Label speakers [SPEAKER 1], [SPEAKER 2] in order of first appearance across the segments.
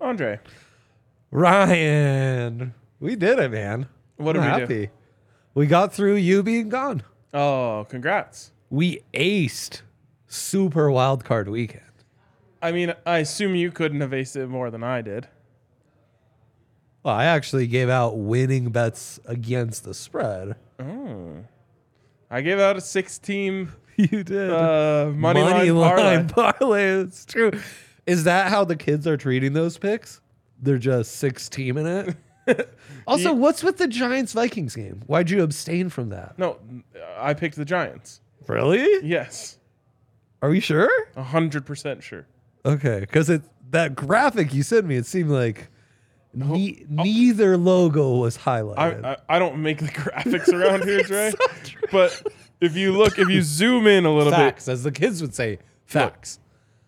[SPEAKER 1] Andre,
[SPEAKER 2] Ryan, we did it, man.
[SPEAKER 1] What
[SPEAKER 2] I'm
[SPEAKER 1] did we do?
[SPEAKER 2] happy. We got through you being gone.
[SPEAKER 1] oh, congrats.
[SPEAKER 2] We aced Super Wild Card Weekend.
[SPEAKER 1] I mean, I assume you couldn't have aced it more than I did.
[SPEAKER 2] Well, I actually gave out winning bets against the spread.
[SPEAKER 1] I gave out a six team
[SPEAKER 2] You did.
[SPEAKER 1] uh, money, line, parlay.
[SPEAKER 2] parlay. It's true. Is that how the kids are treating those picks? They're just six team in it. also, what's with the Giants Vikings game? Why'd you abstain from that?
[SPEAKER 1] No, I picked the Giants.
[SPEAKER 2] Really?
[SPEAKER 1] Yes,
[SPEAKER 2] Are you sure?
[SPEAKER 1] 100% sure.
[SPEAKER 2] Okay, because it that graphic you sent me, it seemed like ne- neither logo was
[SPEAKER 1] I,
[SPEAKER 2] highlighted.
[SPEAKER 1] I, I don't make the graphics around here, Dre. But if you look, if you zoom in a little bit,
[SPEAKER 2] as the kids would say, facts.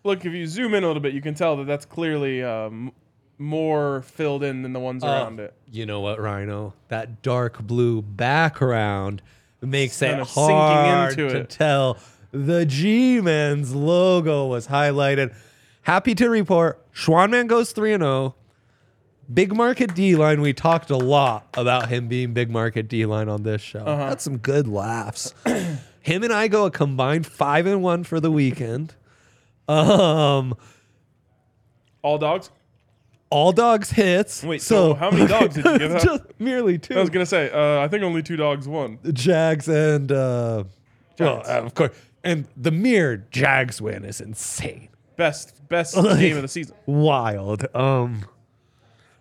[SPEAKER 1] look, if you zoom in a little bit, you can tell that that's clearly um, more filled in than the ones around it.
[SPEAKER 2] You know what, Rhino? That dark blue background makes
[SPEAKER 1] kind
[SPEAKER 2] it
[SPEAKER 1] of sinking
[SPEAKER 2] hard
[SPEAKER 1] into
[SPEAKER 2] to
[SPEAKER 1] it.
[SPEAKER 2] tell the G-Men's logo was highlighted. Happy to report, Schwanman goes 3 and 0. Big Market D line, we talked a lot about him being Big Market D line on this show.
[SPEAKER 1] Uh-huh.
[SPEAKER 2] Got some good laughs. him and I go a combined 5 and 1 for the weekend. Um,
[SPEAKER 1] All dogs?
[SPEAKER 2] all dogs hits.
[SPEAKER 1] Wait, so how many dogs did you give out?
[SPEAKER 2] Just merely two.
[SPEAKER 1] I was going to say, uh, I think only two dogs won.
[SPEAKER 2] Jags and uh, well,
[SPEAKER 1] Giants.
[SPEAKER 2] uh, of course, and the mere Jags win is insane,
[SPEAKER 1] Best, best
[SPEAKER 2] Like-
[SPEAKER 1] game of the season.
[SPEAKER 2] wild. Um,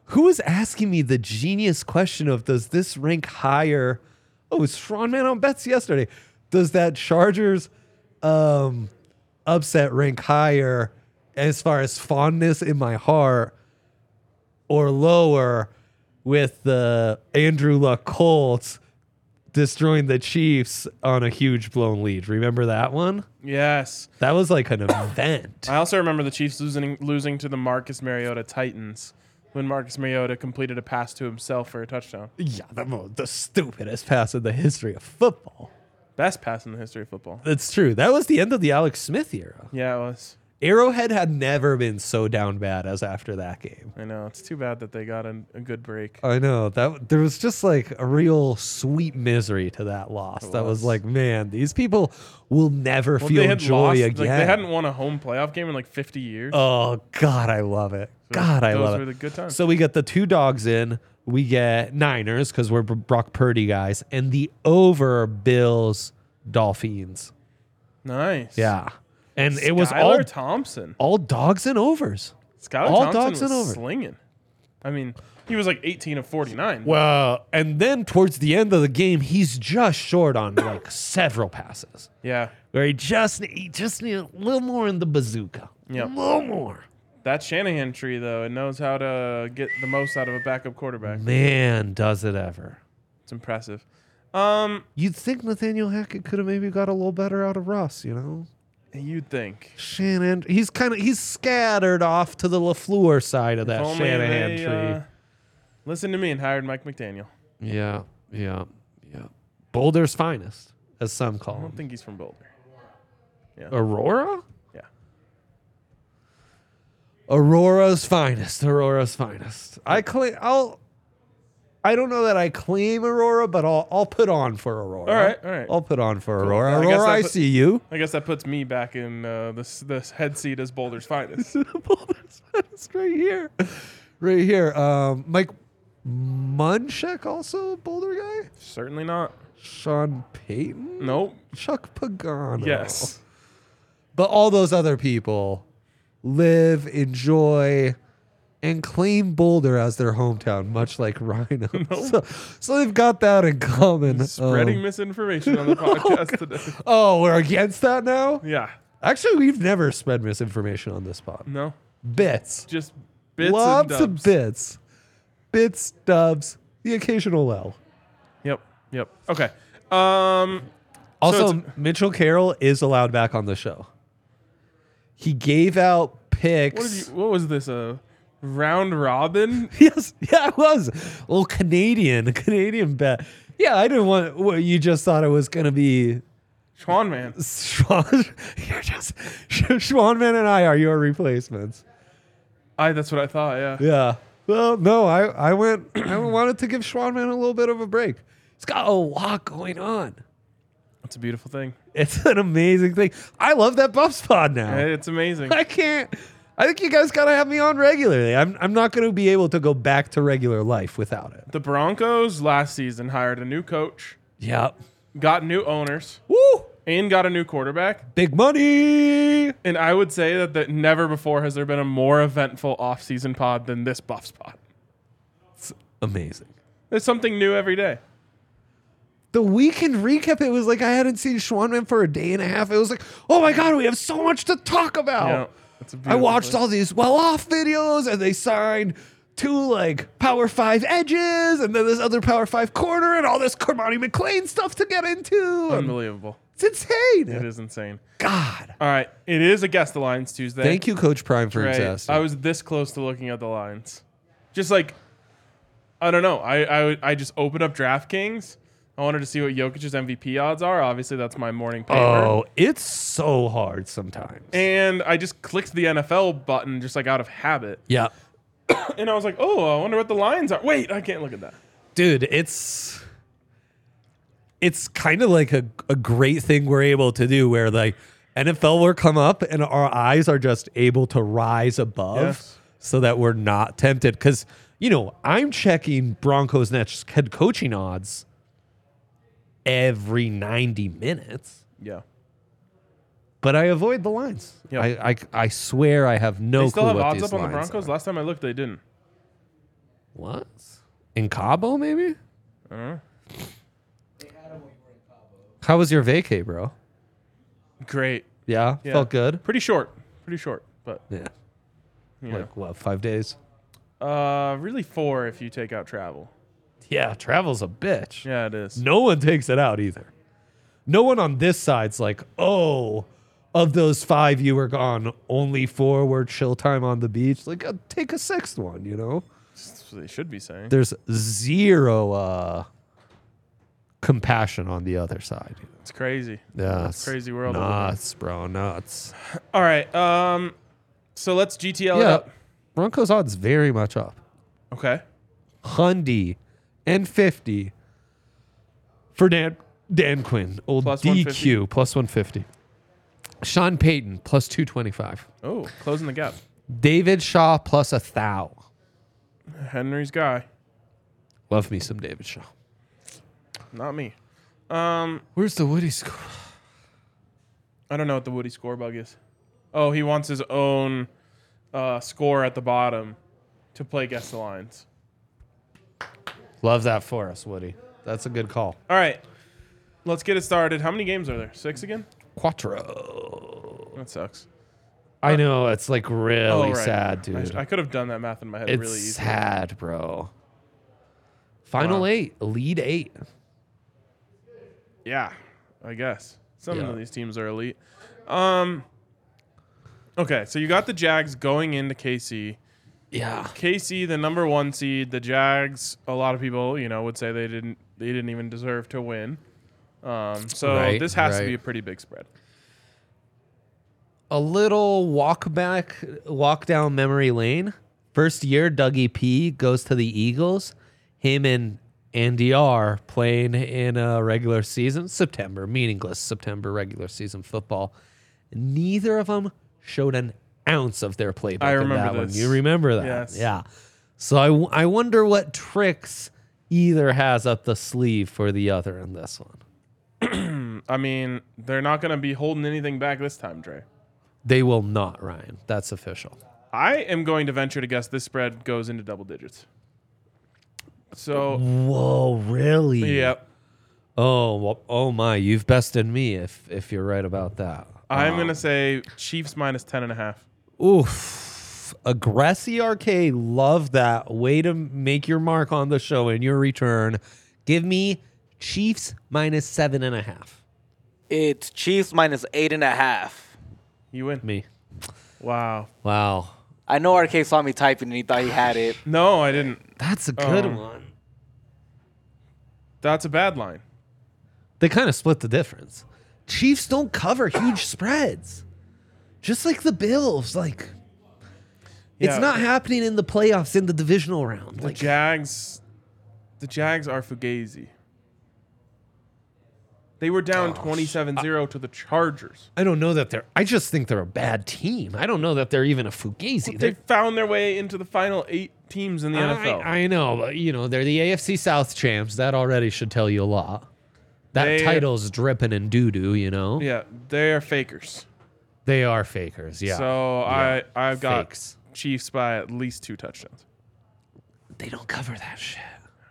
[SPEAKER 2] who was asking me the genius question of does this rank higher? Oh, it was Sean Man on bets yesterday. Does that Chargers um upset rank higher as far as fondness in my heart or lower with the Andrew Luck Colts destroying the Chiefs on a huge blown lead. Remember that one?
[SPEAKER 1] Yes.
[SPEAKER 2] That was like an event.
[SPEAKER 1] I also remember the Chiefs losing losing to the Marcus Mariota Titans when Marcus Mariota completed a pass to himself for a touchdown.
[SPEAKER 2] yeah, the, mo- the stupidest pass in the history of football.
[SPEAKER 1] Best pass in the history of football.
[SPEAKER 2] That's true. That was the end of the Alex Smith era.
[SPEAKER 1] Yeah, it was.
[SPEAKER 2] Arrowhead had never been so down bad as after that game.
[SPEAKER 1] I know. It's too bad that they got an, a good break.
[SPEAKER 2] I know that there was just like a real sweet misery to that loss. That was
[SPEAKER 1] was.
[SPEAKER 2] like, man, these people will never
[SPEAKER 1] Well,
[SPEAKER 2] feel joy
[SPEAKER 1] lost,
[SPEAKER 2] again. Uh,
[SPEAKER 1] Like, they hadn't won a home playoff game in like 50 years.
[SPEAKER 2] Oh God, I love it. God, I
[SPEAKER 1] those
[SPEAKER 2] love it.
[SPEAKER 1] were the good times.
[SPEAKER 2] So we got the two dogs in. We get Niners because we're Brock Purdy guys, and the over Bills Dolphins.
[SPEAKER 1] Nice.
[SPEAKER 2] Yeah, and it was
[SPEAKER 1] Skylar
[SPEAKER 2] all
[SPEAKER 1] Thompson.
[SPEAKER 2] all dogs and overs.
[SPEAKER 1] Skylar
[SPEAKER 2] all
[SPEAKER 1] Thompson
[SPEAKER 2] dogs and
[SPEAKER 1] was
[SPEAKER 2] over.
[SPEAKER 1] slinging. I mean, he was like 18 of 49.
[SPEAKER 2] Well, and then towards the end of the game, he's just short on like several passes
[SPEAKER 1] yeah.
[SPEAKER 2] where he just he just need a little more in the bazooka.
[SPEAKER 1] Yeah.
[SPEAKER 2] a little more.
[SPEAKER 1] That Shanahan tree, though, it knows how to get the most out of a backup quarterback.
[SPEAKER 2] Mm-hmm. Man, does it ever.
[SPEAKER 1] It's impressive. Um,
[SPEAKER 2] You'd think Nathaniel Hackett could have maybe got a little better out of Russ, you know?
[SPEAKER 1] you'd think.
[SPEAKER 2] Shannon, he's kind of he's scattered off to the Lafleur side of that
[SPEAKER 1] Only
[SPEAKER 2] Shanahan
[SPEAKER 1] they,
[SPEAKER 2] tree.
[SPEAKER 1] uh, listened to me and hired Mike McDaniel.
[SPEAKER 2] yeah, yeah, yeah. Boulder's finest, as some call
[SPEAKER 1] I don't
[SPEAKER 2] him.
[SPEAKER 1] think he's from Boulder.
[SPEAKER 2] Aurora.
[SPEAKER 1] Yeah.
[SPEAKER 2] Aurora's finest. Aurora's finest. I claim. I'll. I don't know that I claim Aurora, but I'll I'll put on for Aurora.
[SPEAKER 1] All right, all right.
[SPEAKER 2] I'll put on for Aurora.
[SPEAKER 1] I guess
[SPEAKER 2] Aurora,
[SPEAKER 1] I
[SPEAKER 2] I
[SPEAKER 1] put-
[SPEAKER 2] see you.
[SPEAKER 1] I guess that puts me back in uh, this this head seat as Boulder's finest.
[SPEAKER 2] Boulder's finest right here, right here. Um, Mike Munchak also a Boulder guy.
[SPEAKER 1] Certainly not.
[SPEAKER 2] Sean Payton,
[SPEAKER 1] Nope.
[SPEAKER 2] Chuck Pagano.
[SPEAKER 1] Yes.
[SPEAKER 2] but all those other people live, enjoy, and claim Boulder as their hometown, much like Rhino. So, so they've got that in common.
[SPEAKER 1] Spreading
[SPEAKER 2] Um,
[SPEAKER 1] misinformation on the podcast today.
[SPEAKER 2] oh, we're against that now.
[SPEAKER 1] Yeah.
[SPEAKER 2] Actually, we've never spread misinformation on this pod.
[SPEAKER 1] No.
[SPEAKER 2] Bits,
[SPEAKER 1] Just bits
[SPEAKER 2] lots
[SPEAKER 1] and
[SPEAKER 2] of
[SPEAKER 1] dubs.
[SPEAKER 2] bits, bits, dubs, the occasional L.
[SPEAKER 1] Yep. Yep. Okay. Um.
[SPEAKER 2] Also,
[SPEAKER 1] it's-
[SPEAKER 2] Mitchell Carroll is allowed back on the show. He gave out picks.
[SPEAKER 1] What did you? What was this? A round robin?
[SPEAKER 2] Yes, yeah, it was. Well, Canadian, Canadian bet. Yeah, I didn't want what you just thought it was going to be.
[SPEAKER 1] Schwan man.
[SPEAKER 2] Schwan, you're just Schwanman and I are your replacements.
[SPEAKER 1] I. That's what I thought. Yeah.
[SPEAKER 2] Yeah. Well, no, I I went. I wanted to give Schwanman a little bit of a break. He's got a lot going on.
[SPEAKER 1] It's a beautiful thing.
[SPEAKER 2] It's an amazing thing. I love that buff spot now.
[SPEAKER 1] It's amazing.
[SPEAKER 2] I can't. I think you guys gotta have me on regularly. I'm I'm not gonna be able to go back to regular life without it.
[SPEAKER 1] The Broncos last season hired a new coach,
[SPEAKER 2] Yep.
[SPEAKER 1] got new owners,
[SPEAKER 2] Woo!
[SPEAKER 1] and got a new quarterback.
[SPEAKER 2] Big money.
[SPEAKER 1] And I would say that, that never before has there been a more eventful off-season pod than this Buffs pod.
[SPEAKER 2] Amazing.
[SPEAKER 1] There's something new every day.
[SPEAKER 2] The weekend recap, it was like I hadn't seen Schwanman for a day and a half. It was like, oh my God, we have so much to talk about.
[SPEAKER 1] Yeah, it's a
[SPEAKER 2] Oh. I
[SPEAKER 1] beautiful
[SPEAKER 2] watched
[SPEAKER 1] thing.
[SPEAKER 2] all these well off videos and they signed two like Power Five edges and then this other Power Five corner and all this Cormani McLean stuff to get into. And
[SPEAKER 1] Unbelievable.
[SPEAKER 2] it's insane.
[SPEAKER 1] It is insane.
[SPEAKER 2] God.
[SPEAKER 1] All right. It is against the lines Tuesday.
[SPEAKER 2] Thank you, Coach Prime, for
[SPEAKER 1] Right.
[SPEAKER 2] existing.
[SPEAKER 1] I was this close to looking at the lines. Just like, I don't know. I, I, would- I just opened up DraftKings. I wanted to see what Jokic's MVP odds are. Obviously, that's my morning paper.
[SPEAKER 2] oh, it's so hard sometimes.
[SPEAKER 1] And I just clicked the NFL button just like out of habit.
[SPEAKER 2] yeah.
[SPEAKER 1] And I was like, oh, I wonder what the lines are. Wait, I can't look at that.
[SPEAKER 2] dude it's it's kind of like a, a great thing we're able to do where like nfl will come up and our eyes are just able to rise above
[SPEAKER 1] Yes.
[SPEAKER 2] so that we're not tempted because you know i'm checking broncos next head coaching odds every 90 minutes
[SPEAKER 1] Yeah.
[SPEAKER 2] but i avoid the lines
[SPEAKER 1] Yeah.
[SPEAKER 2] I, I i swear i have no
[SPEAKER 1] They still
[SPEAKER 2] clue
[SPEAKER 1] have
[SPEAKER 2] what
[SPEAKER 1] odds up
[SPEAKER 2] these
[SPEAKER 1] on the
[SPEAKER 2] lines
[SPEAKER 1] Broncos.
[SPEAKER 2] are.
[SPEAKER 1] Last time I looked, they didn't.
[SPEAKER 2] what in cabo maybe
[SPEAKER 1] I don't know.
[SPEAKER 2] how was your vacay bro
[SPEAKER 1] Great.
[SPEAKER 2] yeah,
[SPEAKER 1] Yeah.
[SPEAKER 2] felt good
[SPEAKER 1] Pretty short. Pretty short. But
[SPEAKER 2] yeah
[SPEAKER 1] you know.
[SPEAKER 2] like what five days
[SPEAKER 1] Uh, really four if you take out travel.
[SPEAKER 2] yeah travel's a bitch
[SPEAKER 1] Yeah, it is.
[SPEAKER 2] no one takes it out either no one on this side's like oh of those five you were gone only four were chill time on the beach like uh, take a sixth one you know
[SPEAKER 1] That's what they should be saying.
[SPEAKER 2] there's zero uh compassion on the other side
[SPEAKER 1] It's crazy.
[SPEAKER 2] yeah
[SPEAKER 1] It's crazy world. we live in.
[SPEAKER 2] nuts bro nuts
[SPEAKER 1] All right. Um, so let's GTL it
[SPEAKER 2] yeah
[SPEAKER 1] up.
[SPEAKER 2] broncos odds very much up
[SPEAKER 1] Okay.
[SPEAKER 2] Hundy and 50 for Dan, Dan Quinn. Old
[SPEAKER 1] Plus
[SPEAKER 2] DQ, plus 150. Sean Payton, plus 225.
[SPEAKER 1] Oh, closing the gap.
[SPEAKER 2] David Shaw, plus a thou.
[SPEAKER 1] Henry's guy.
[SPEAKER 2] Love me some David Shaw.
[SPEAKER 1] Not me. Um,
[SPEAKER 2] Where's the Woody score?
[SPEAKER 1] I don't know what the Woody score bug is. Oh, he wants his own uh, score at the bottom to play guess the lines.
[SPEAKER 2] Love that for us, Woody. That's a good call.
[SPEAKER 1] All right, let's get it started. How many games are there? Six again?
[SPEAKER 2] Quattro.
[SPEAKER 1] That sucks.
[SPEAKER 2] I know it's like really
[SPEAKER 1] right.
[SPEAKER 2] sad,
[SPEAKER 1] I,
[SPEAKER 2] dude.
[SPEAKER 1] sh- I could have done that math in my head
[SPEAKER 2] it's
[SPEAKER 1] really easy.
[SPEAKER 2] sad, bro. Final
[SPEAKER 1] Wow.
[SPEAKER 2] eight, lead eight.
[SPEAKER 1] Yeah, I guess. Some
[SPEAKER 2] Yeah.
[SPEAKER 1] of these teams are elite. Um, okay, so you got the Jags going into KC.
[SPEAKER 2] Yeah,
[SPEAKER 1] KC, the number one seed, the Jags. A lot of people, you know, would say they didn't they didn't even deserve to win. Um, so
[SPEAKER 2] Right,
[SPEAKER 1] this has
[SPEAKER 2] right.
[SPEAKER 1] to be a pretty big spread.
[SPEAKER 2] a little walk back, walk down memory lane. First year, Dougie P goes to the Eagles. Him and Andy R playing in a regular season, September, meaningless September regular season football. Neither of them showed an ounce of their playbook.
[SPEAKER 1] I
[SPEAKER 2] in
[SPEAKER 1] remember
[SPEAKER 2] that one.
[SPEAKER 1] this.
[SPEAKER 2] You remember that?
[SPEAKER 1] Yes.
[SPEAKER 2] Yeah. So I, w- I wonder what tricks either has up the sleeve for the other in this one.
[SPEAKER 1] I mean, they're not going to be holding anything back this time, Dre.
[SPEAKER 2] They will not, Ryan. That's official.
[SPEAKER 1] I am going to venture to guess this spread goes into double digits. So,
[SPEAKER 2] Whoa, really?
[SPEAKER 1] yep.
[SPEAKER 2] Oh, well, oh my! You've bested me if if you're right about that.
[SPEAKER 1] I'm going to say Chiefs minus 10 and a half.
[SPEAKER 2] Oof! Aggressive RK, love that way to make your mark on the show in your return. Give me Chiefs minus seven and a half.
[SPEAKER 3] It's Chiefs minus eight and a half.
[SPEAKER 1] You win.
[SPEAKER 2] Me.
[SPEAKER 1] Wow.
[SPEAKER 2] Wow,
[SPEAKER 3] I know RK saw me typing and he thought he had it.
[SPEAKER 1] No, I didn't.
[SPEAKER 2] that's a good
[SPEAKER 1] Um,
[SPEAKER 2] one.
[SPEAKER 1] That's a bad line.
[SPEAKER 2] They kind of split the difference. Chiefs don't cover huge spreads, just like the Bills. Like
[SPEAKER 1] Yeah.
[SPEAKER 2] it's not happening in the playoffs in the divisional round.
[SPEAKER 1] The
[SPEAKER 2] Like
[SPEAKER 1] Jags, the Jags are fugazi. They were down 27-0 to the Chargers.
[SPEAKER 2] I don't know that they're. I just think they're a bad team. I don't know that they're even a fugazi.
[SPEAKER 1] They found their way into the final eight teams in the
[SPEAKER 2] They're-
[SPEAKER 1] NFL.
[SPEAKER 2] I, I know, but you know they're the AFC South champs. That already should tell you a lot. That
[SPEAKER 1] They-
[SPEAKER 2] title's dripping in doo doo. You know
[SPEAKER 1] yeah, they are fakers.
[SPEAKER 2] they are fakers. Yeah.
[SPEAKER 1] So
[SPEAKER 2] Yeah.
[SPEAKER 1] I I've got
[SPEAKER 2] Fakes.
[SPEAKER 1] Chiefs by at least two touchdowns.
[SPEAKER 2] they don't cover that shit.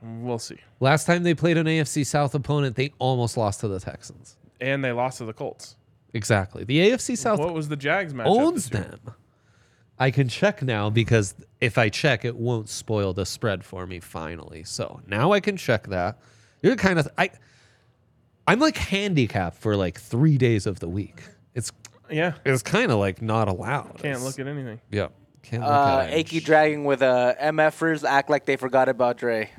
[SPEAKER 1] We'll see.
[SPEAKER 2] Last time they played an AFC South opponent, they almost lost to the Texans.
[SPEAKER 1] And they lost to the Colts.
[SPEAKER 2] Exactly. The AFC South
[SPEAKER 1] What was the Jags match?
[SPEAKER 2] owns them. I can check now because if I check, it won't spoil the spread for me finally. So now I can check that. You're kind of I. I'm like handicapped for like three days of the week. It's
[SPEAKER 1] Yeah,
[SPEAKER 2] it's kind of like not allowed.
[SPEAKER 1] can't look at anything.
[SPEAKER 2] Yeah, can't look
[SPEAKER 3] Uh,
[SPEAKER 2] at it.
[SPEAKER 3] Achy dragging with uh, MFers act like they forgot about Dre.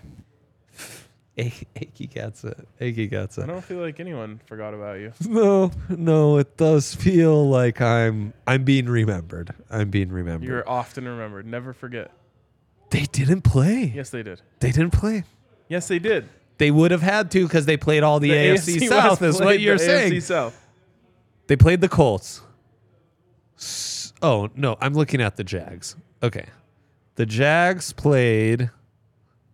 [SPEAKER 2] Ac- Achy gets it. Achy gets
[SPEAKER 1] I
[SPEAKER 2] it.
[SPEAKER 1] don't feel like anyone forgot about you.
[SPEAKER 2] No, no, it does feel like I'm I'm being remembered. I'm being remembered.
[SPEAKER 1] You're often remembered. Never forget.
[SPEAKER 2] they didn't play.
[SPEAKER 1] Yes, they did.
[SPEAKER 2] They didn't play.
[SPEAKER 1] Yes, they did.
[SPEAKER 2] They would have had to because they played all the, AFC,
[SPEAKER 1] West
[SPEAKER 2] South, is what
[SPEAKER 1] played
[SPEAKER 2] you're
[SPEAKER 1] the
[SPEAKER 2] saying.
[SPEAKER 1] AFC South.
[SPEAKER 2] They played the Colts. S- Oh, no, I'm looking at the Jags. Okay. The Jags played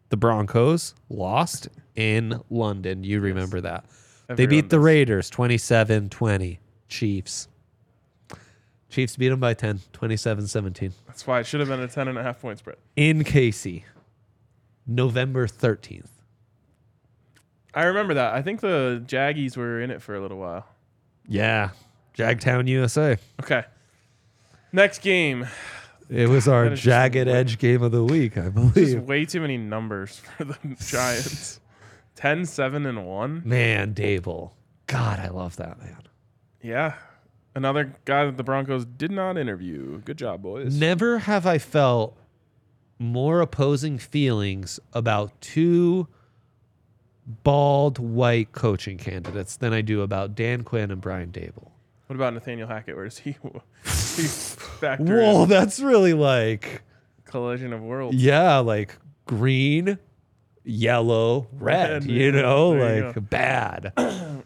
[SPEAKER 2] the Broncos, lost in London. You remember that. they
[SPEAKER 1] Everyone
[SPEAKER 2] beat the
[SPEAKER 1] does.
[SPEAKER 2] Raiders 27 20. Chiefs. Chiefs beat them by 10, 27 17.
[SPEAKER 1] That's why it should have been a 10 and a half point spread.
[SPEAKER 2] In Casey, November 13th.
[SPEAKER 1] I remember that. I think the Jaggies were in it for a little while.
[SPEAKER 2] Yeah. Jagtown, USA.
[SPEAKER 1] Okay. Next game.
[SPEAKER 2] It was our
[SPEAKER 1] that is just
[SPEAKER 2] jagged edge game of the week, I
[SPEAKER 1] Just
[SPEAKER 2] believe.
[SPEAKER 1] way too many numbers for the Giants. 10, 7, and 1.
[SPEAKER 2] Man, Dable. God, I love that man.
[SPEAKER 1] Yeah. Another guy that the Broncos did not interview. Good job, boys.
[SPEAKER 2] Never have I felt more opposing feelings about two bald white coaching candidates than I do about Dan Quinn and Brian Dable.
[SPEAKER 1] What about Nathaniel Hackett? Where is he? He's factor
[SPEAKER 2] Whoa,
[SPEAKER 1] in
[SPEAKER 2] that's really like,
[SPEAKER 1] collision of worlds.
[SPEAKER 2] yeah, like green, yellow, red,
[SPEAKER 1] Red,
[SPEAKER 2] you
[SPEAKER 1] yeah.
[SPEAKER 2] know,
[SPEAKER 1] There you
[SPEAKER 2] like
[SPEAKER 1] go.
[SPEAKER 2] bad.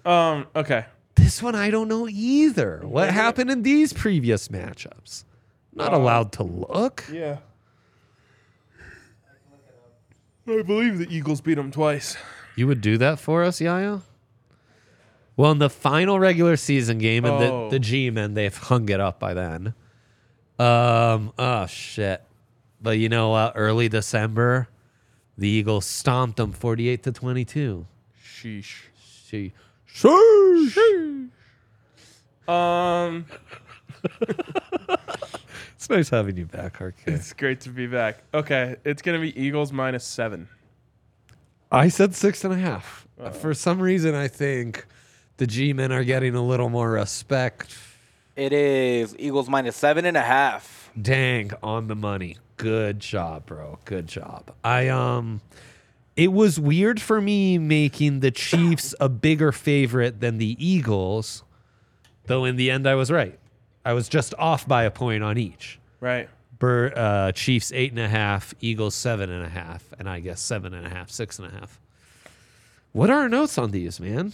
[SPEAKER 1] Um. Okay.
[SPEAKER 2] This one I don't know either. What happened in these previous matchups? Uh, Not allowed to look.
[SPEAKER 1] Yeah. I believe the Eagles beat them twice.
[SPEAKER 2] You would do that for us, Yaya? Well, in the final regular season game, and
[SPEAKER 1] Oh.
[SPEAKER 2] the, the G men, they've hung it up by then. Um, oh, shit. But you know what? Early December, the Eagles stomped them 48 to 22.
[SPEAKER 1] Sheesh.
[SPEAKER 2] She,
[SPEAKER 1] Um,
[SPEAKER 2] it's nice having you back, RK.
[SPEAKER 1] it's great to be back. Okay, it's gonna be Eagles minus seven.
[SPEAKER 2] I said six and a half. For some reason, I think the G men are getting a little more respect.
[SPEAKER 3] It is Eagles minus seven and a half.
[SPEAKER 2] Dang, on the money. Good job, bro. Good job. I um it was weird for me making the Chiefs a bigger favorite than the Eagles, though in the end I was right. I was just off by a point on each.
[SPEAKER 1] Right.
[SPEAKER 2] Bur- uh, Chiefs eight and a half, Eagles seven and a half, and I guess seven and a half, six and a half. What are our notes on these, man?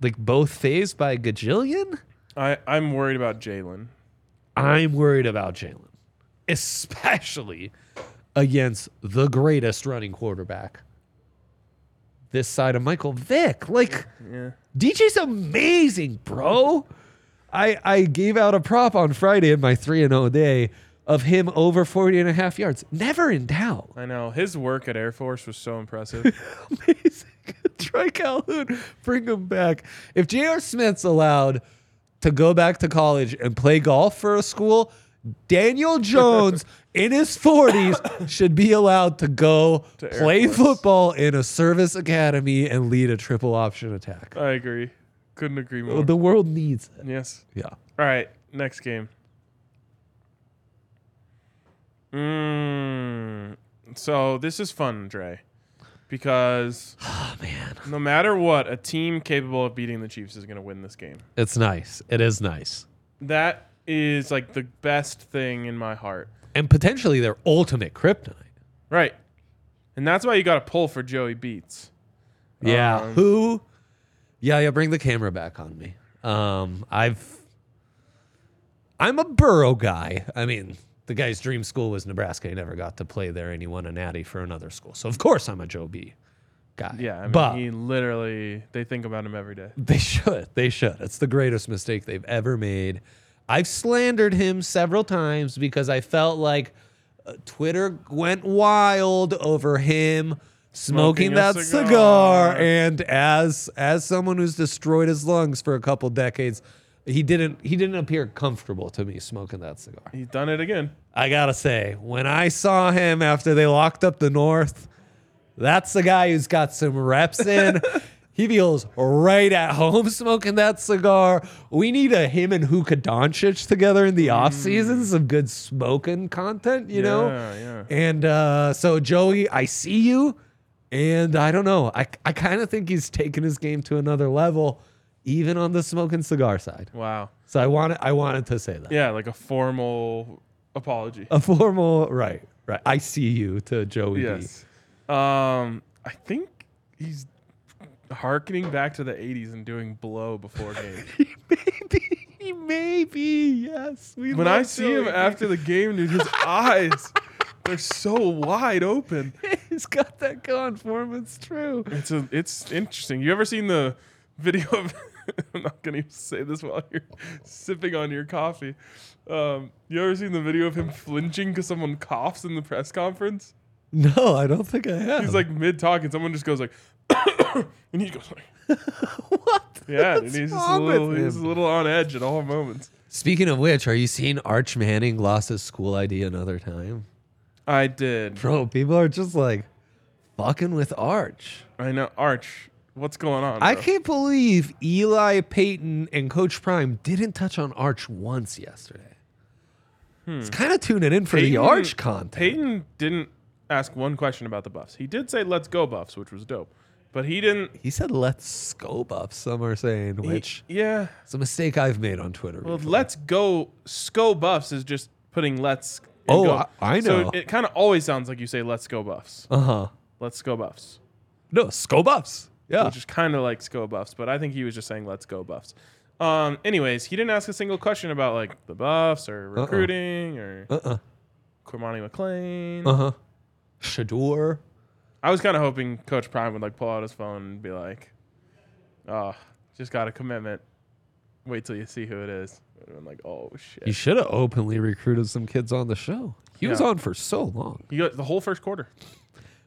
[SPEAKER 2] Like both phased by a gajillion?
[SPEAKER 1] I I'm worried about Jalen.
[SPEAKER 2] I'm worried about Jalen, especially against the greatest running quarterback this side of Michael Vick. Like, DJ's amazing, bro. I, I gave out a prop on Friday in my 3 and 0 day of him over 40 and a half yards. Never in doubt.
[SPEAKER 1] I know his work at Air Force was so impressive.
[SPEAKER 2] amazing. Troy Calhoun, bring him back. If J.R. Smith's allowed to go back to college and play golf for a school, Daniel Jones in his 40s should be allowed to go
[SPEAKER 1] Air
[SPEAKER 2] play
[SPEAKER 1] Force.
[SPEAKER 2] football in a service academy and lead a triple option attack.
[SPEAKER 1] I agree. Couldn't agree more.
[SPEAKER 2] The world needs it.
[SPEAKER 1] yes.
[SPEAKER 2] Yeah.
[SPEAKER 1] All right. Next game. Mm, so this is fun, Dre, because
[SPEAKER 2] Oh, man.
[SPEAKER 1] no matter what, a team capable of beating the Chiefs is going to win this game.
[SPEAKER 2] It's nice. It is nice.
[SPEAKER 1] That is like the best thing in my heart.
[SPEAKER 2] And potentially their ultimate kryptonite.
[SPEAKER 1] Right. And that's why you got to pull for Joey Beats.
[SPEAKER 2] Yeah.
[SPEAKER 1] Um,
[SPEAKER 2] Who? Yeah, yeah. Bring the camera back on me. Um, I've. I'm a Burrow guy. I mean, the guy's dream school was Nebraska. He never got to play there, and he won a natty for another school. So of course I'm a Joe B. guy.
[SPEAKER 1] Yeah, I mean,
[SPEAKER 2] but
[SPEAKER 1] he literally they think about him every day.
[SPEAKER 2] they should. They should. It's the greatest mistake they've ever made. I've slandered him several times because I felt like uh, Twitter went wild over him
[SPEAKER 1] Smoking
[SPEAKER 2] smoking,
[SPEAKER 1] a
[SPEAKER 2] that cigar.
[SPEAKER 1] cigar.
[SPEAKER 2] And as as someone who's destroyed his lungs for a couple decades, he didn't he didn't appear comfortable to me smoking that cigar.
[SPEAKER 1] He's done it again.
[SPEAKER 2] I gotta say, when I saw him after they locked up the North, that's the guy who's got some reps in. he feels right at home smoking that cigar. We need a him and Huka Doncic together in the off season, some good smoking content, you know.
[SPEAKER 1] Yeah, yeah.
[SPEAKER 2] And uh, so Joey, I see you, and I don't know. I I kind of think he's taken his game to another level, even on the smoking cigar side.
[SPEAKER 1] Wow.
[SPEAKER 2] So I wanted I wanted to say that
[SPEAKER 1] Yeah, like a formal apology.
[SPEAKER 2] a formal right right i see you to joey
[SPEAKER 1] yes. Um, I think he's harkening back to the '80s and doing blow before game.
[SPEAKER 2] b maybe yes we
[SPEAKER 1] when I see him after the game, dude, his eyes. They're so wide open.
[SPEAKER 2] he's got that going for him it's true
[SPEAKER 1] It's a, it's interesting. You ever seen the video of I'm not gonna even say this while you're sipping on your coffee. Um, you ever seen the video of him flinching because someone coughs in the press conference?
[SPEAKER 2] no i don't think i have
[SPEAKER 1] He's like mid talk and someone just goes like and he goes like
[SPEAKER 2] what
[SPEAKER 1] Yeah, and
[SPEAKER 2] What's
[SPEAKER 1] he's just a
[SPEAKER 2] wrong with
[SPEAKER 1] little he's
[SPEAKER 2] him?
[SPEAKER 1] a little on edge at all moments.
[SPEAKER 2] speaking of which are you seeing arch manning lost his school id another time
[SPEAKER 1] I did.
[SPEAKER 2] bro people are just like fucking with arch
[SPEAKER 1] I know Arch, what's going on?
[SPEAKER 2] i
[SPEAKER 1] bro?
[SPEAKER 2] can't believe eli payton and coach prime didn't touch on arch once yesterday
[SPEAKER 1] Hmm.
[SPEAKER 2] it's kind of tuning in for the
[SPEAKER 1] Peyton-
[SPEAKER 2] arch content
[SPEAKER 1] Peyton didn't ask one question about the buffs. He did say let's go buffs, which was dope. But he didn't
[SPEAKER 2] He said, "Let's scope up." Some are saying, which
[SPEAKER 1] Yeah.
[SPEAKER 2] it's a mistake I've made on Twitter.
[SPEAKER 1] Well,
[SPEAKER 2] before.
[SPEAKER 1] let's go. Sco Buffs is just putting let's. and
[SPEAKER 2] Oh,
[SPEAKER 1] go.
[SPEAKER 2] I- I know.
[SPEAKER 1] So it kind of always sounds like you say let's go Buffs.
[SPEAKER 2] uh huh.
[SPEAKER 1] Let's go Buffs,
[SPEAKER 2] No, scope ups. Yeah,
[SPEAKER 1] which is kind of like Sco Buffs, but I think he was just saying let's go Buffs. Um. Anyways, he didn't ask a single question about like the Buffs or recruiting or
[SPEAKER 2] Uh-uh. Uh-huh.
[SPEAKER 1] Cormani McLean.
[SPEAKER 2] uh huh. Shador.
[SPEAKER 1] I was kind of hoping Coach Prime would like pull out his phone and be like, "Oh, just got a commitment. Wait till you see who it is." And I'm like, "Oh
[SPEAKER 2] You
[SPEAKER 1] shit!"
[SPEAKER 2] should have openly recruited some kids on the show. He was
[SPEAKER 1] Yeah.
[SPEAKER 2] on for so long.
[SPEAKER 1] You got the whole first quarter.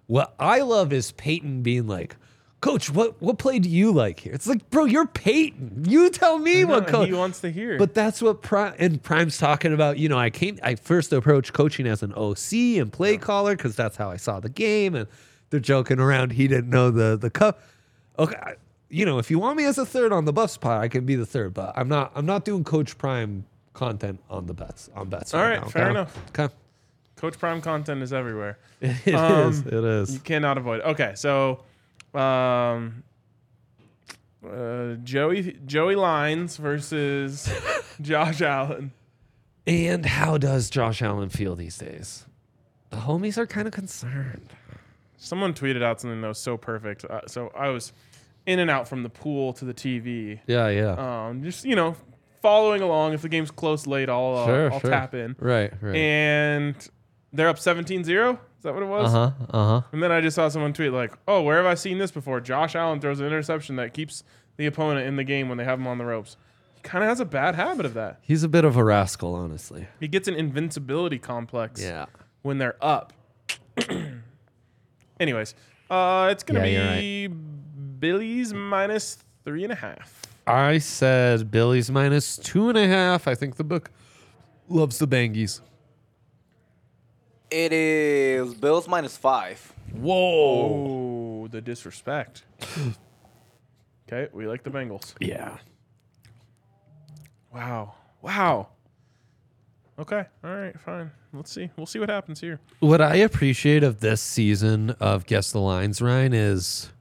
[SPEAKER 2] What I love is Peyton being like, Coach, what what play do you like here? It's like, bro, you're Peyton. You tell me what
[SPEAKER 1] No,
[SPEAKER 2] coach.
[SPEAKER 1] he wants to hear.
[SPEAKER 2] But that's what Prime and Prime's talking about. You know, I came, I first approached coaching as an OC and play caller because that's how I saw the game. And they're joking around. He didn't know the the cup. Okay, I- you know, if you want me as a third on the Buffs pod, I can be the third. But I'm not. I'm not doing Coach Prime content on the bets on bets.
[SPEAKER 1] All
[SPEAKER 2] right,
[SPEAKER 1] right,
[SPEAKER 2] now,
[SPEAKER 1] fair
[SPEAKER 2] okay?
[SPEAKER 1] enough.
[SPEAKER 2] Okay.
[SPEAKER 1] Coach Prime content is everywhere.
[SPEAKER 2] It
[SPEAKER 1] Um,
[SPEAKER 2] is, It
[SPEAKER 1] You
[SPEAKER 2] is.
[SPEAKER 1] cannot avoid. It. Okay, so um, uh, Joey Joey Lines versus Josh Allen.
[SPEAKER 2] And how does Josh Allen feel these days? The homies are kind of concerned.
[SPEAKER 1] Someone tweeted out something that was so perfect. Uh, so I was in and out from the pool to the TV,
[SPEAKER 2] Yeah, yeah.
[SPEAKER 1] um, just you know, following along. If the game's close late, I'll uh,
[SPEAKER 2] Sure,
[SPEAKER 1] I'll
[SPEAKER 2] sure.
[SPEAKER 1] tap in.
[SPEAKER 2] right, right.
[SPEAKER 1] And they're up 17-0. Is that what it was?
[SPEAKER 2] Uh huh. Uh huh.
[SPEAKER 1] And then I just saw someone tweet like, "Oh, where have I seen this before? Josh Allen throws an interception that keeps the opponent in the game when they have him on the ropes. He kind of has a bad habit of that.
[SPEAKER 2] He's a bit of a rascal, honestly.
[SPEAKER 1] He gets an invincibility complex when they're up. Anyways, uh, it's gonna
[SPEAKER 2] Yeah,
[SPEAKER 1] be Billy's minus three and a half.
[SPEAKER 2] I said Billy's minus two and a half. I think the book loves the bangies.
[SPEAKER 3] It is Bills minus five.
[SPEAKER 2] Whoa.
[SPEAKER 1] Oh, the disrespect. okay, we like the Bengals.
[SPEAKER 2] Yeah.
[SPEAKER 1] Wow, wow. Okay, all right, fine. Let's see. We'll see what happens here.
[SPEAKER 2] What I appreciate of this season of Guess the Lines, Ryan, is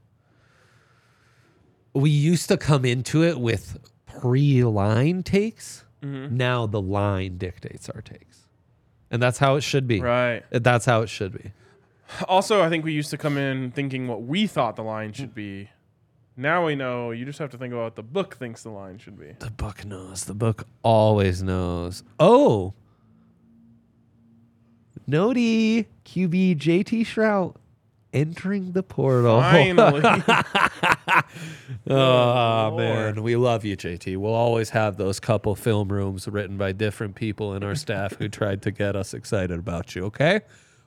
[SPEAKER 2] we used to come into it with pre line takes. Now the line dictates our takes. And that's how it should be.
[SPEAKER 1] Right.
[SPEAKER 2] That's how it should be.
[SPEAKER 1] Also, I think we used to come in thinking what we thought the line should be. Now we know you just have to think about what the book thinks the line should be.
[SPEAKER 2] The book knows. The book always knows. Oh. Nody QB JT Shrout entering the portal.
[SPEAKER 1] Finally.
[SPEAKER 2] oh, man, we love you, JT. We'll always have those couple film rooms written by different people in our staff who tried to get us excited about you. Okay,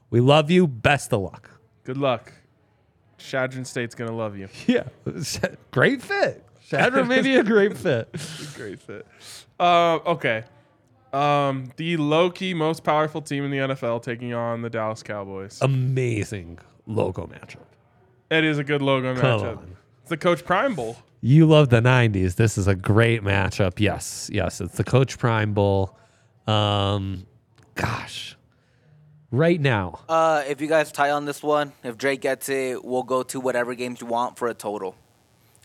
[SPEAKER 2] we love you. Best of luck.
[SPEAKER 1] Good luck. Shadron State's going to love you.
[SPEAKER 2] Yeah, great fit. Shadra may be a great fit.
[SPEAKER 1] Great fit. Uh, okay. Um, the low key most powerful team in the NFL taking on the Dallas Cowboys.
[SPEAKER 2] Amazing local matchup.
[SPEAKER 1] It is a good logo
[SPEAKER 2] Come
[SPEAKER 1] matchup.
[SPEAKER 2] on.
[SPEAKER 1] It's the Coach Prime Bowl.
[SPEAKER 2] You love the 90s. This is a great matchup. Yes. Yes. It's the Coach Prime Bowl. Um, gosh. Right now.
[SPEAKER 3] Uh, if you guys tie on this one, if Drake gets it, we'll go to whatever games you want for a total,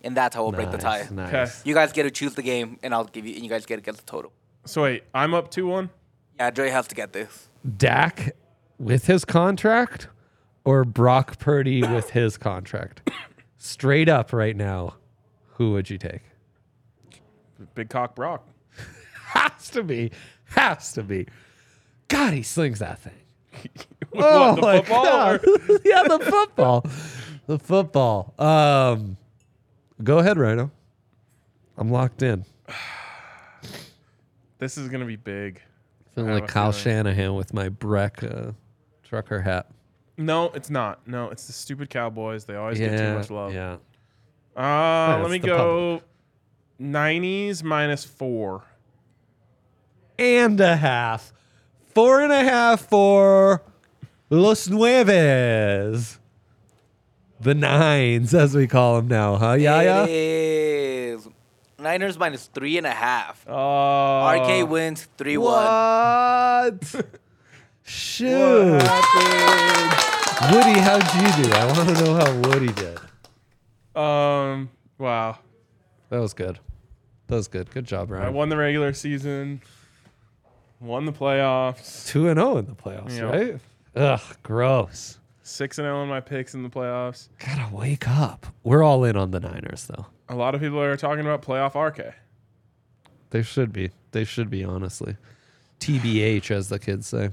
[SPEAKER 3] and that's how we'll break the tie.
[SPEAKER 2] Nice, nice.
[SPEAKER 3] You guys get to choose the game, and I'll give you. And you guys get to get the total.
[SPEAKER 1] So wait, I'm up 2 1.
[SPEAKER 3] Yeah, Drake has to get this.
[SPEAKER 2] Dak with his contract or Brock Purdy with his contract? Straight up right now, who would you take?
[SPEAKER 1] Big Cock Brock.
[SPEAKER 2] Has to be. Has to be. God, he slings that thing.
[SPEAKER 1] What, the football
[SPEAKER 2] Oh God.
[SPEAKER 1] or-
[SPEAKER 2] yeah, the football. The football. Um, go ahead, Rhino. I'm locked in.
[SPEAKER 1] This is going to be big.
[SPEAKER 2] Feeling
[SPEAKER 1] I have
[SPEAKER 2] like
[SPEAKER 1] a
[SPEAKER 2] Kyle
[SPEAKER 1] feeling.
[SPEAKER 2] Shanahan with my Breck uh, trucker hat.
[SPEAKER 1] No, it's not. No, it's the stupid Cowboys. They always get too much love.
[SPEAKER 2] Yeah.
[SPEAKER 1] Uh,
[SPEAKER 2] it's
[SPEAKER 1] let me
[SPEAKER 2] the
[SPEAKER 1] go. 90s minus four.
[SPEAKER 2] And a half. Four and a half for Los Nueves. The nines, as we call them now, huh? Yeah,
[SPEAKER 3] It
[SPEAKER 2] yeah.
[SPEAKER 3] is Niners minus three and a half.
[SPEAKER 2] Oh.
[SPEAKER 1] Uh,
[SPEAKER 3] RK wins three one.
[SPEAKER 2] What? Shoot. Woody, how'd you do? I want to know how Woody did.
[SPEAKER 1] Um. Wow.
[SPEAKER 2] That was good. That was good. Good job,
[SPEAKER 1] I
[SPEAKER 2] Ryan.
[SPEAKER 1] won the regular season. Won the playoffs.
[SPEAKER 2] two and zero in the playoffs,
[SPEAKER 1] Yeah.
[SPEAKER 2] right? Ugh, gross.
[SPEAKER 1] Six and zero in my picks in the playoffs.
[SPEAKER 2] Gotta wake up. We're all in on the Niners, though.
[SPEAKER 1] A lot of people are talking about playoff RK.
[SPEAKER 2] They should be. They should be. Honestly, TBH, as the kids say.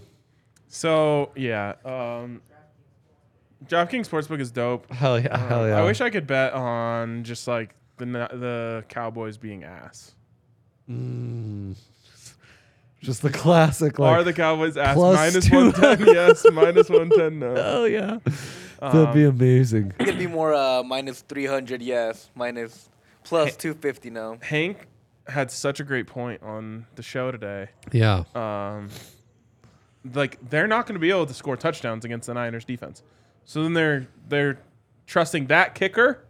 [SPEAKER 1] So yeah. Um. DraftKings Sportsbook is dope.
[SPEAKER 2] Hell yeah. Hell yeah.
[SPEAKER 1] Uh, I wish I could bet on just like the na- the Cowboys being ass.
[SPEAKER 2] Mm. Just the classic. Like,
[SPEAKER 1] Are the Cowboys ass
[SPEAKER 2] plus
[SPEAKER 1] minus
[SPEAKER 2] two-
[SPEAKER 1] 110? yes, minus 110 no.
[SPEAKER 2] hell yeah. That'd
[SPEAKER 1] Um,
[SPEAKER 2] be amazing.
[SPEAKER 3] It'd be more uh, minus 300, yes. Minus plus 250, no.
[SPEAKER 1] Hank had such a great point on the show today.
[SPEAKER 2] Yeah.
[SPEAKER 1] um, like they're not going to be able to score touchdowns against the Niners defense. So then they're they're trusting that kicker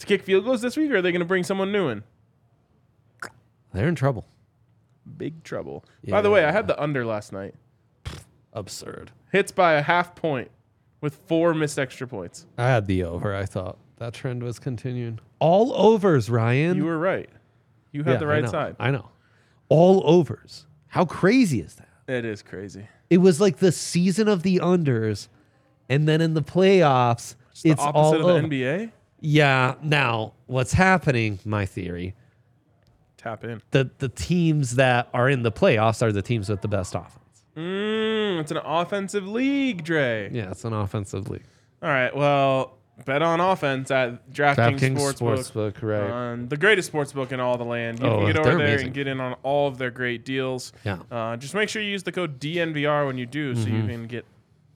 [SPEAKER 1] to kick field goals this week, or are they going to bring someone new in?
[SPEAKER 2] They're in trouble.
[SPEAKER 1] Big trouble. By the way, I had the under last night.
[SPEAKER 2] Absurd.
[SPEAKER 1] Hits by a half point with four missed extra points.
[SPEAKER 2] I had the over. I thought that trend was continuing. All overs, Ryan.
[SPEAKER 1] You were right. You had
[SPEAKER 2] Yeah,
[SPEAKER 1] the
[SPEAKER 2] I
[SPEAKER 1] right
[SPEAKER 2] know.
[SPEAKER 1] side.
[SPEAKER 2] I know. All overs. How crazy is that?
[SPEAKER 1] It is crazy.
[SPEAKER 2] It was like the season of the unders, and then in the playoffs,
[SPEAKER 1] The
[SPEAKER 2] it's all
[SPEAKER 1] opposite of the
[SPEAKER 2] over.
[SPEAKER 1] NBA.
[SPEAKER 2] Yeah. Now, what's happening? My theory:
[SPEAKER 1] Tap in.
[SPEAKER 2] that the teams that are in the playoffs are the teams with the best offense.
[SPEAKER 1] Mm, it's an offensive league, Dre.
[SPEAKER 2] Yeah, it's an offensive league.
[SPEAKER 1] All right. Well, bet on offense at DraftKings,
[SPEAKER 2] DraftKings
[SPEAKER 1] Sportsbook.
[SPEAKER 2] Sportsbook, right.
[SPEAKER 1] Um, the greatest sports book in all the land. You
[SPEAKER 2] Oh,
[SPEAKER 1] can get
[SPEAKER 2] they're
[SPEAKER 1] over there
[SPEAKER 2] amazing.
[SPEAKER 1] and get in on all of their great deals.
[SPEAKER 2] Yeah. Mm-hmm.
[SPEAKER 1] Uh, just make sure you use the code DNVR when you do, so you can get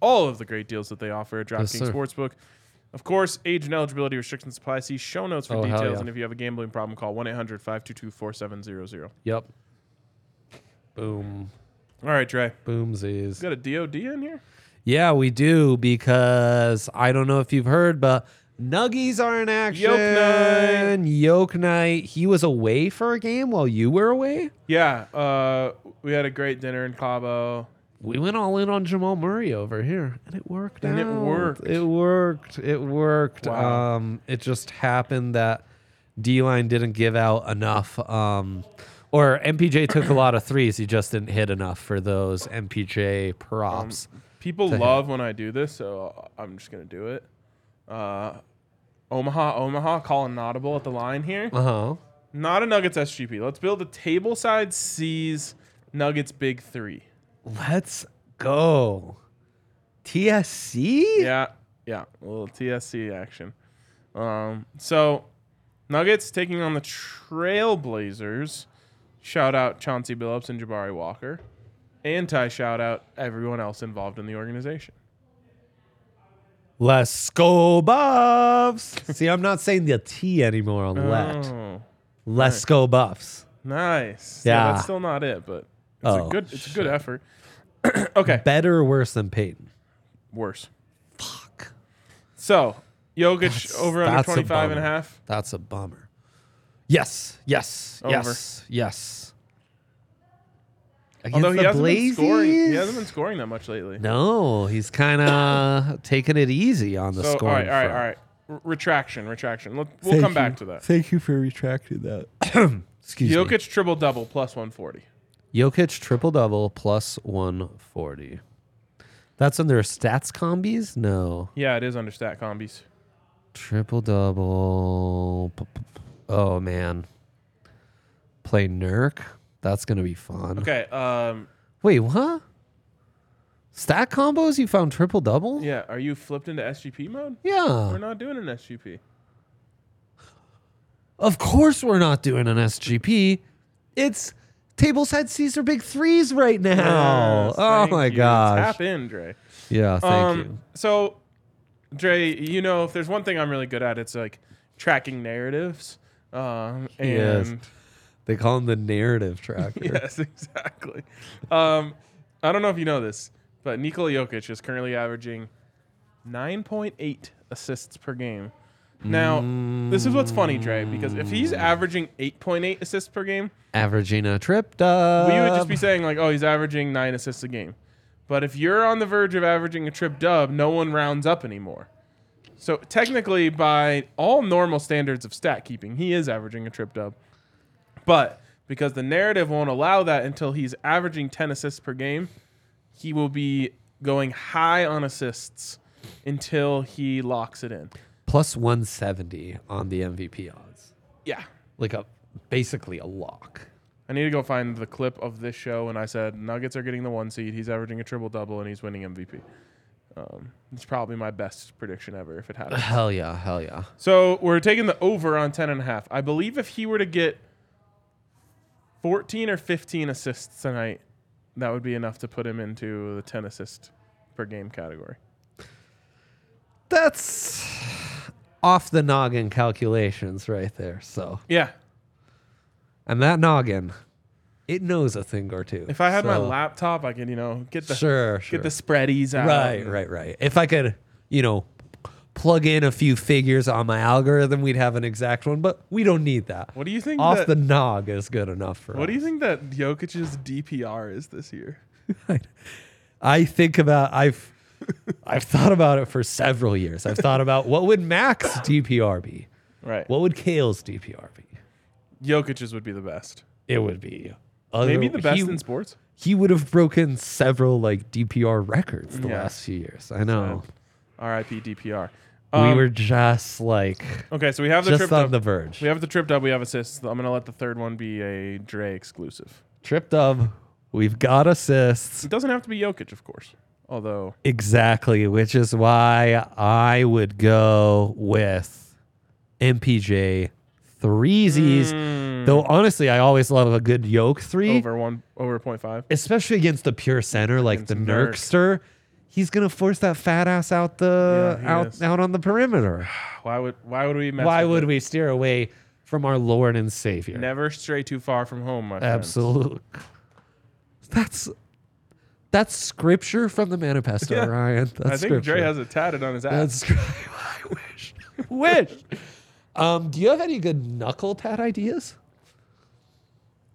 [SPEAKER 1] all of the great deals that they offer at DraftKings
[SPEAKER 2] sir.
[SPEAKER 1] Sportsbook. Of course, age and eligibility restrictions apply. See show notes for
[SPEAKER 2] Oh, hell
[SPEAKER 1] details.
[SPEAKER 2] yeah.
[SPEAKER 1] And if you have a gambling problem, call 1 800 522 4700.
[SPEAKER 2] Yep. Boom.
[SPEAKER 1] All right, Dre.
[SPEAKER 2] Boomsies.
[SPEAKER 1] Got a DOD in here?
[SPEAKER 2] Yeah, we do because I don't know if you've heard, but Nuggies are in action.
[SPEAKER 1] Yoke night.
[SPEAKER 2] Yoke night. He was away for a game while you were away.
[SPEAKER 1] Yeah. Uh, we had a great dinner in Cabo.
[SPEAKER 2] We went all in on Jamal Murray over here, and it worked.
[SPEAKER 1] And it
[SPEAKER 2] out.
[SPEAKER 1] worked.
[SPEAKER 2] It worked. It worked.
[SPEAKER 1] Wow.
[SPEAKER 2] Um, it just happened that D line didn't give out enough. Um, or MPJ took a lot of threes. He just didn't hit enough for those MPJ props.
[SPEAKER 1] People love when I do this, so I'm just gonna do it. Uh, Omaha, Omaha, call an audible at the line here.
[SPEAKER 2] uh huh.
[SPEAKER 1] Not a Nuggets SGP. Let's build a table side sees Nuggets big three.
[SPEAKER 2] Let's go. TSC?
[SPEAKER 1] Yeah, yeah, a little TSC action. Um, so Nuggets taking on the Trailblazers. Shout out Chauncey Billups and Jabari Walker. Anti shout out everyone else involved in the organization.
[SPEAKER 2] Let's go, Buffs. See, I'm not saying the T anymore on let.
[SPEAKER 1] Oh,
[SPEAKER 2] Let's go, Buffs.
[SPEAKER 1] nice.
[SPEAKER 2] Yeah.
[SPEAKER 1] that's still not it, but it's
[SPEAKER 2] Oh,
[SPEAKER 1] a good, it's a good effort. okay,
[SPEAKER 2] Better or worse than Peyton?
[SPEAKER 1] worse. So Jokic over under
[SPEAKER 2] that's a
[SPEAKER 1] 25 and a
[SPEAKER 2] bummer.
[SPEAKER 1] half.
[SPEAKER 2] That's a bummer. Yes, yes,
[SPEAKER 1] Over.
[SPEAKER 2] yes, yes.
[SPEAKER 1] Although
[SPEAKER 2] Against
[SPEAKER 1] he
[SPEAKER 2] the
[SPEAKER 1] hasn't been scoring, he
[SPEAKER 2] Blazers?
[SPEAKER 1] hasn't been scoring that much lately.
[SPEAKER 2] No, he's kind of taking it easy on the
[SPEAKER 1] so all right,
[SPEAKER 2] scoring.
[SPEAKER 1] all right, all
[SPEAKER 2] front.
[SPEAKER 1] right. R- retraction, retraction. Let, we'll come back to that.
[SPEAKER 4] Thank you for retracting that.
[SPEAKER 2] Excuse me.
[SPEAKER 1] Jokic triple double plus 140.
[SPEAKER 2] Jokic triple double plus 140. That's under stats combis? No.
[SPEAKER 1] Yeah, it is under stat combis.
[SPEAKER 2] Triple double. p- p- p- Oh, man. Play Nurk? That's going to be fun.
[SPEAKER 1] Okay. Um.
[SPEAKER 2] Wait, what? Stat combos? You found triple double?
[SPEAKER 1] Yeah. Are you flipped into SGP mode? We're
[SPEAKER 2] Yeah.
[SPEAKER 1] not doing an SGP.
[SPEAKER 2] Of course we're not doing an SGP. It's tableside Caesar Big Threes right now.
[SPEAKER 1] Yes,
[SPEAKER 2] oh,
[SPEAKER 1] thank
[SPEAKER 2] my
[SPEAKER 1] you.
[SPEAKER 2] gosh.
[SPEAKER 1] Tap in, Dre.
[SPEAKER 2] Yeah, thank
[SPEAKER 1] um,
[SPEAKER 2] you.
[SPEAKER 1] So, Dre, you know, if there's one thing I'm really good at, it's like tracking narratives. Um, and
[SPEAKER 2] Yes. They call him the narrative tracker.
[SPEAKER 1] Yes, exactly. Um, I don't know if you know this, but Nikola Jokic is currently averaging 9.8 assists per game. Now, this is what's funny, Dre, because if he's averaging 8.8 assists per game,
[SPEAKER 2] Averaging a trip dub.
[SPEAKER 1] we would just be saying, like, oh, he's averaging nine assists a game. But if you're on the verge of averaging a trip dub, no one rounds up anymore. So technically, by all normal standards of stat keeping, he is averaging a trip dub. But because the narrative won't allow that until he's averaging 10 assists per game, he will be going high on assists until he locks it in.
[SPEAKER 2] plus 170 on the MVP odds.
[SPEAKER 1] Yeah.
[SPEAKER 2] Like a basically a lock.
[SPEAKER 1] I need to go find the clip of this show when I said Nuggets are getting the one seed. He's averaging a triple double and he's winning MVP. Um, it's probably my best prediction ever if it happens.
[SPEAKER 2] Hell yeah, hell yeah.
[SPEAKER 1] So we're taking the over on 10 and a half. I believe if he were to get 14 or 15 assists tonight, that would be enough to put him into the 10 assist per game category.
[SPEAKER 2] That's off the noggin calculations right there. So,
[SPEAKER 1] Yeah.
[SPEAKER 2] and that noggin, it knows a thing or two.
[SPEAKER 1] If I had my
[SPEAKER 2] So,
[SPEAKER 1] laptop, I could, you know, get the
[SPEAKER 2] sure, sure.
[SPEAKER 1] get the spreadies out.
[SPEAKER 2] Right, right, right. If I could, you know, plug in a few figures on my algorithm, we'd have an exact one, but we don't need that.
[SPEAKER 1] What do you think
[SPEAKER 2] Off
[SPEAKER 1] that-
[SPEAKER 2] the nog is good enough for
[SPEAKER 1] What do you
[SPEAKER 2] us.
[SPEAKER 1] think that Jokic's DPR is this year?
[SPEAKER 2] I think about I've I've thought about it for several years. I've thought about what would Max DPR be?
[SPEAKER 1] Right. Well,
[SPEAKER 2] What would Kale's DPR be?
[SPEAKER 1] Jokic's would be the best.
[SPEAKER 2] It would be
[SPEAKER 1] Maybe
[SPEAKER 2] other-
[SPEAKER 1] the best
[SPEAKER 2] he-
[SPEAKER 1] in sports.
[SPEAKER 2] He would have broken several like DPR records the
[SPEAKER 1] Yeah.
[SPEAKER 2] last few years. I know.
[SPEAKER 1] R.I.P. DPR.
[SPEAKER 2] we
[SPEAKER 1] Um,
[SPEAKER 2] were just like
[SPEAKER 1] okay, so we have the
[SPEAKER 2] just
[SPEAKER 1] trip
[SPEAKER 2] on
[SPEAKER 1] up.
[SPEAKER 2] the verge.
[SPEAKER 1] we have the trip up. We have assists. I'm gonna let the third one be a Dre exclusive.
[SPEAKER 2] Tripped up. We've got assists.
[SPEAKER 1] It doesn't have to be Jokic, of course. Although
[SPEAKER 2] Exactly, which is why I would go with MPJ threesies. Though honestly, I always love a good yoke three,
[SPEAKER 1] Hmm. over one over point five.
[SPEAKER 2] especially against the pure center like
[SPEAKER 1] Against
[SPEAKER 2] the
[SPEAKER 1] Nurk.
[SPEAKER 2] Nurkster. He's gonna force that fat ass out the
[SPEAKER 1] Yeah, he
[SPEAKER 2] out
[SPEAKER 1] is.
[SPEAKER 2] out on the perimeter.
[SPEAKER 1] Why would why would we mess
[SPEAKER 2] Why
[SPEAKER 1] with
[SPEAKER 2] would
[SPEAKER 1] it?
[SPEAKER 2] we steer away from our Lord and Savior?
[SPEAKER 1] never stray too far from home, my friend?
[SPEAKER 2] Absolute. That's that's scripture from the manifesto,
[SPEAKER 1] Yeah.
[SPEAKER 2] Ryan. That's
[SPEAKER 1] I think
[SPEAKER 2] scripture.
[SPEAKER 1] Dre has it tatted on his ass.
[SPEAKER 2] That's cr- I wish. wish. Um, do you have any good knuckle tat ideas?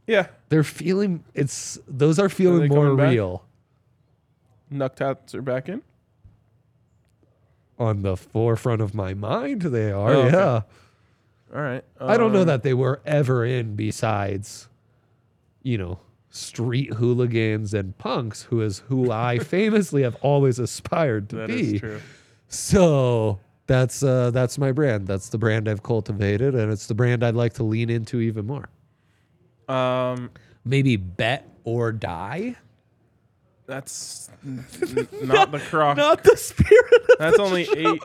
[SPEAKER 1] yeah.
[SPEAKER 2] They're feeling it's those are
[SPEAKER 1] Are
[SPEAKER 2] feeling
[SPEAKER 1] they
[SPEAKER 2] more
[SPEAKER 1] coming back?
[SPEAKER 2] real
[SPEAKER 1] Nuck tats are back in.
[SPEAKER 2] on the forefront of my mind. They are,
[SPEAKER 1] Oh, okay.
[SPEAKER 2] yeah.
[SPEAKER 1] All right.
[SPEAKER 2] I don't know
[SPEAKER 1] um,
[SPEAKER 2] that they were ever in besides, you know, street hooligans and punks, who is who I famously have always aspired to
[SPEAKER 1] Oh, That
[SPEAKER 2] be.
[SPEAKER 1] is true.
[SPEAKER 2] So that's uh, that's my brand. That's the brand I've cultivated, and it's the brand I'd like to lean into even more.
[SPEAKER 1] Um,
[SPEAKER 2] Maybe bet or die.
[SPEAKER 1] that's n- n- not the croc.
[SPEAKER 2] Not the spirit. Of
[SPEAKER 1] That's only eight.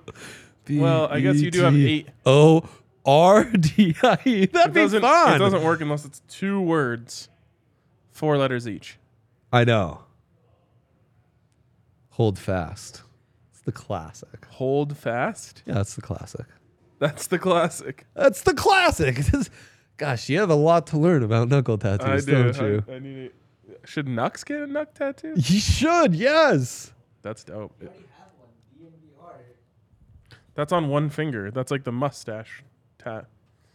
[SPEAKER 1] Well, I guess you do have eight.
[SPEAKER 2] E O R D I E. That'd
[SPEAKER 1] It
[SPEAKER 2] be
[SPEAKER 1] doesn't,
[SPEAKER 2] fun.
[SPEAKER 1] it doesn't work unless it's two words, four letters each.
[SPEAKER 2] I know. Hold fast. It's the classic.
[SPEAKER 1] Hold fast.
[SPEAKER 2] Yeah, that's the classic.
[SPEAKER 1] That's the classic.
[SPEAKER 2] That's the classic. This- Gosh, you have a lot to learn about knuckle
[SPEAKER 1] I
[SPEAKER 2] tattoos,
[SPEAKER 1] do.
[SPEAKER 2] don't you?
[SPEAKER 1] I, I need it. Should Nux get a Nuck tattoo?
[SPEAKER 2] you should, yes.
[SPEAKER 1] That's dope. That's on one finger. That's like the mustache tat.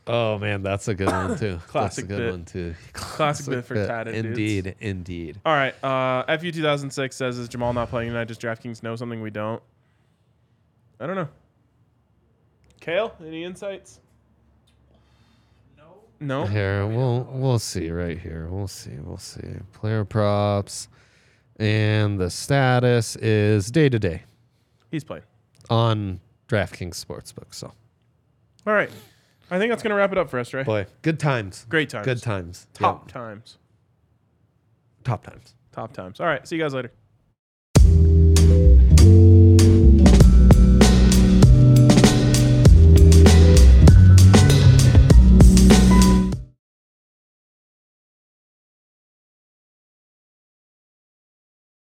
[SPEAKER 2] Oh man, that's a good one too.
[SPEAKER 1] Classic
[SPEAKER 2] that's a good
[SPEAKER 1] bit.
[SPEAKER 2] one too.
[SPEAKER 1] Classic bit for tatted dudes.
[SPEAKER 2] Indeed, indeed.
[SPEAKER 1] All right. Uh, FU 2006 says, Is Jamal not playing tonight? Does DraftKings know something we don't? I don't know. Kale, any insights? No. No?
[SPEAKER 2] Here, we'll we'll see right here. We'll see. We'll see. Player props, and the status is day to day
[SPEAKER 1] He's playing.
[SPEAKER 2] on DraftKings Sportsbook. So,
[SPEAKER 1] All right. I think that's going to wrap it up for us, right?
[SPEAKER 2] boy, good times.
[SPEAKER 1] Great times.
[SPEAKER 2] Good times.
[SPEAKER 1] Top
[SPEAKER 2] Yeah.
[SPEAKER 1] times.
[SPEAKER 2] Top times.
[SPEAKER 1] Top times. All right. See you guys later.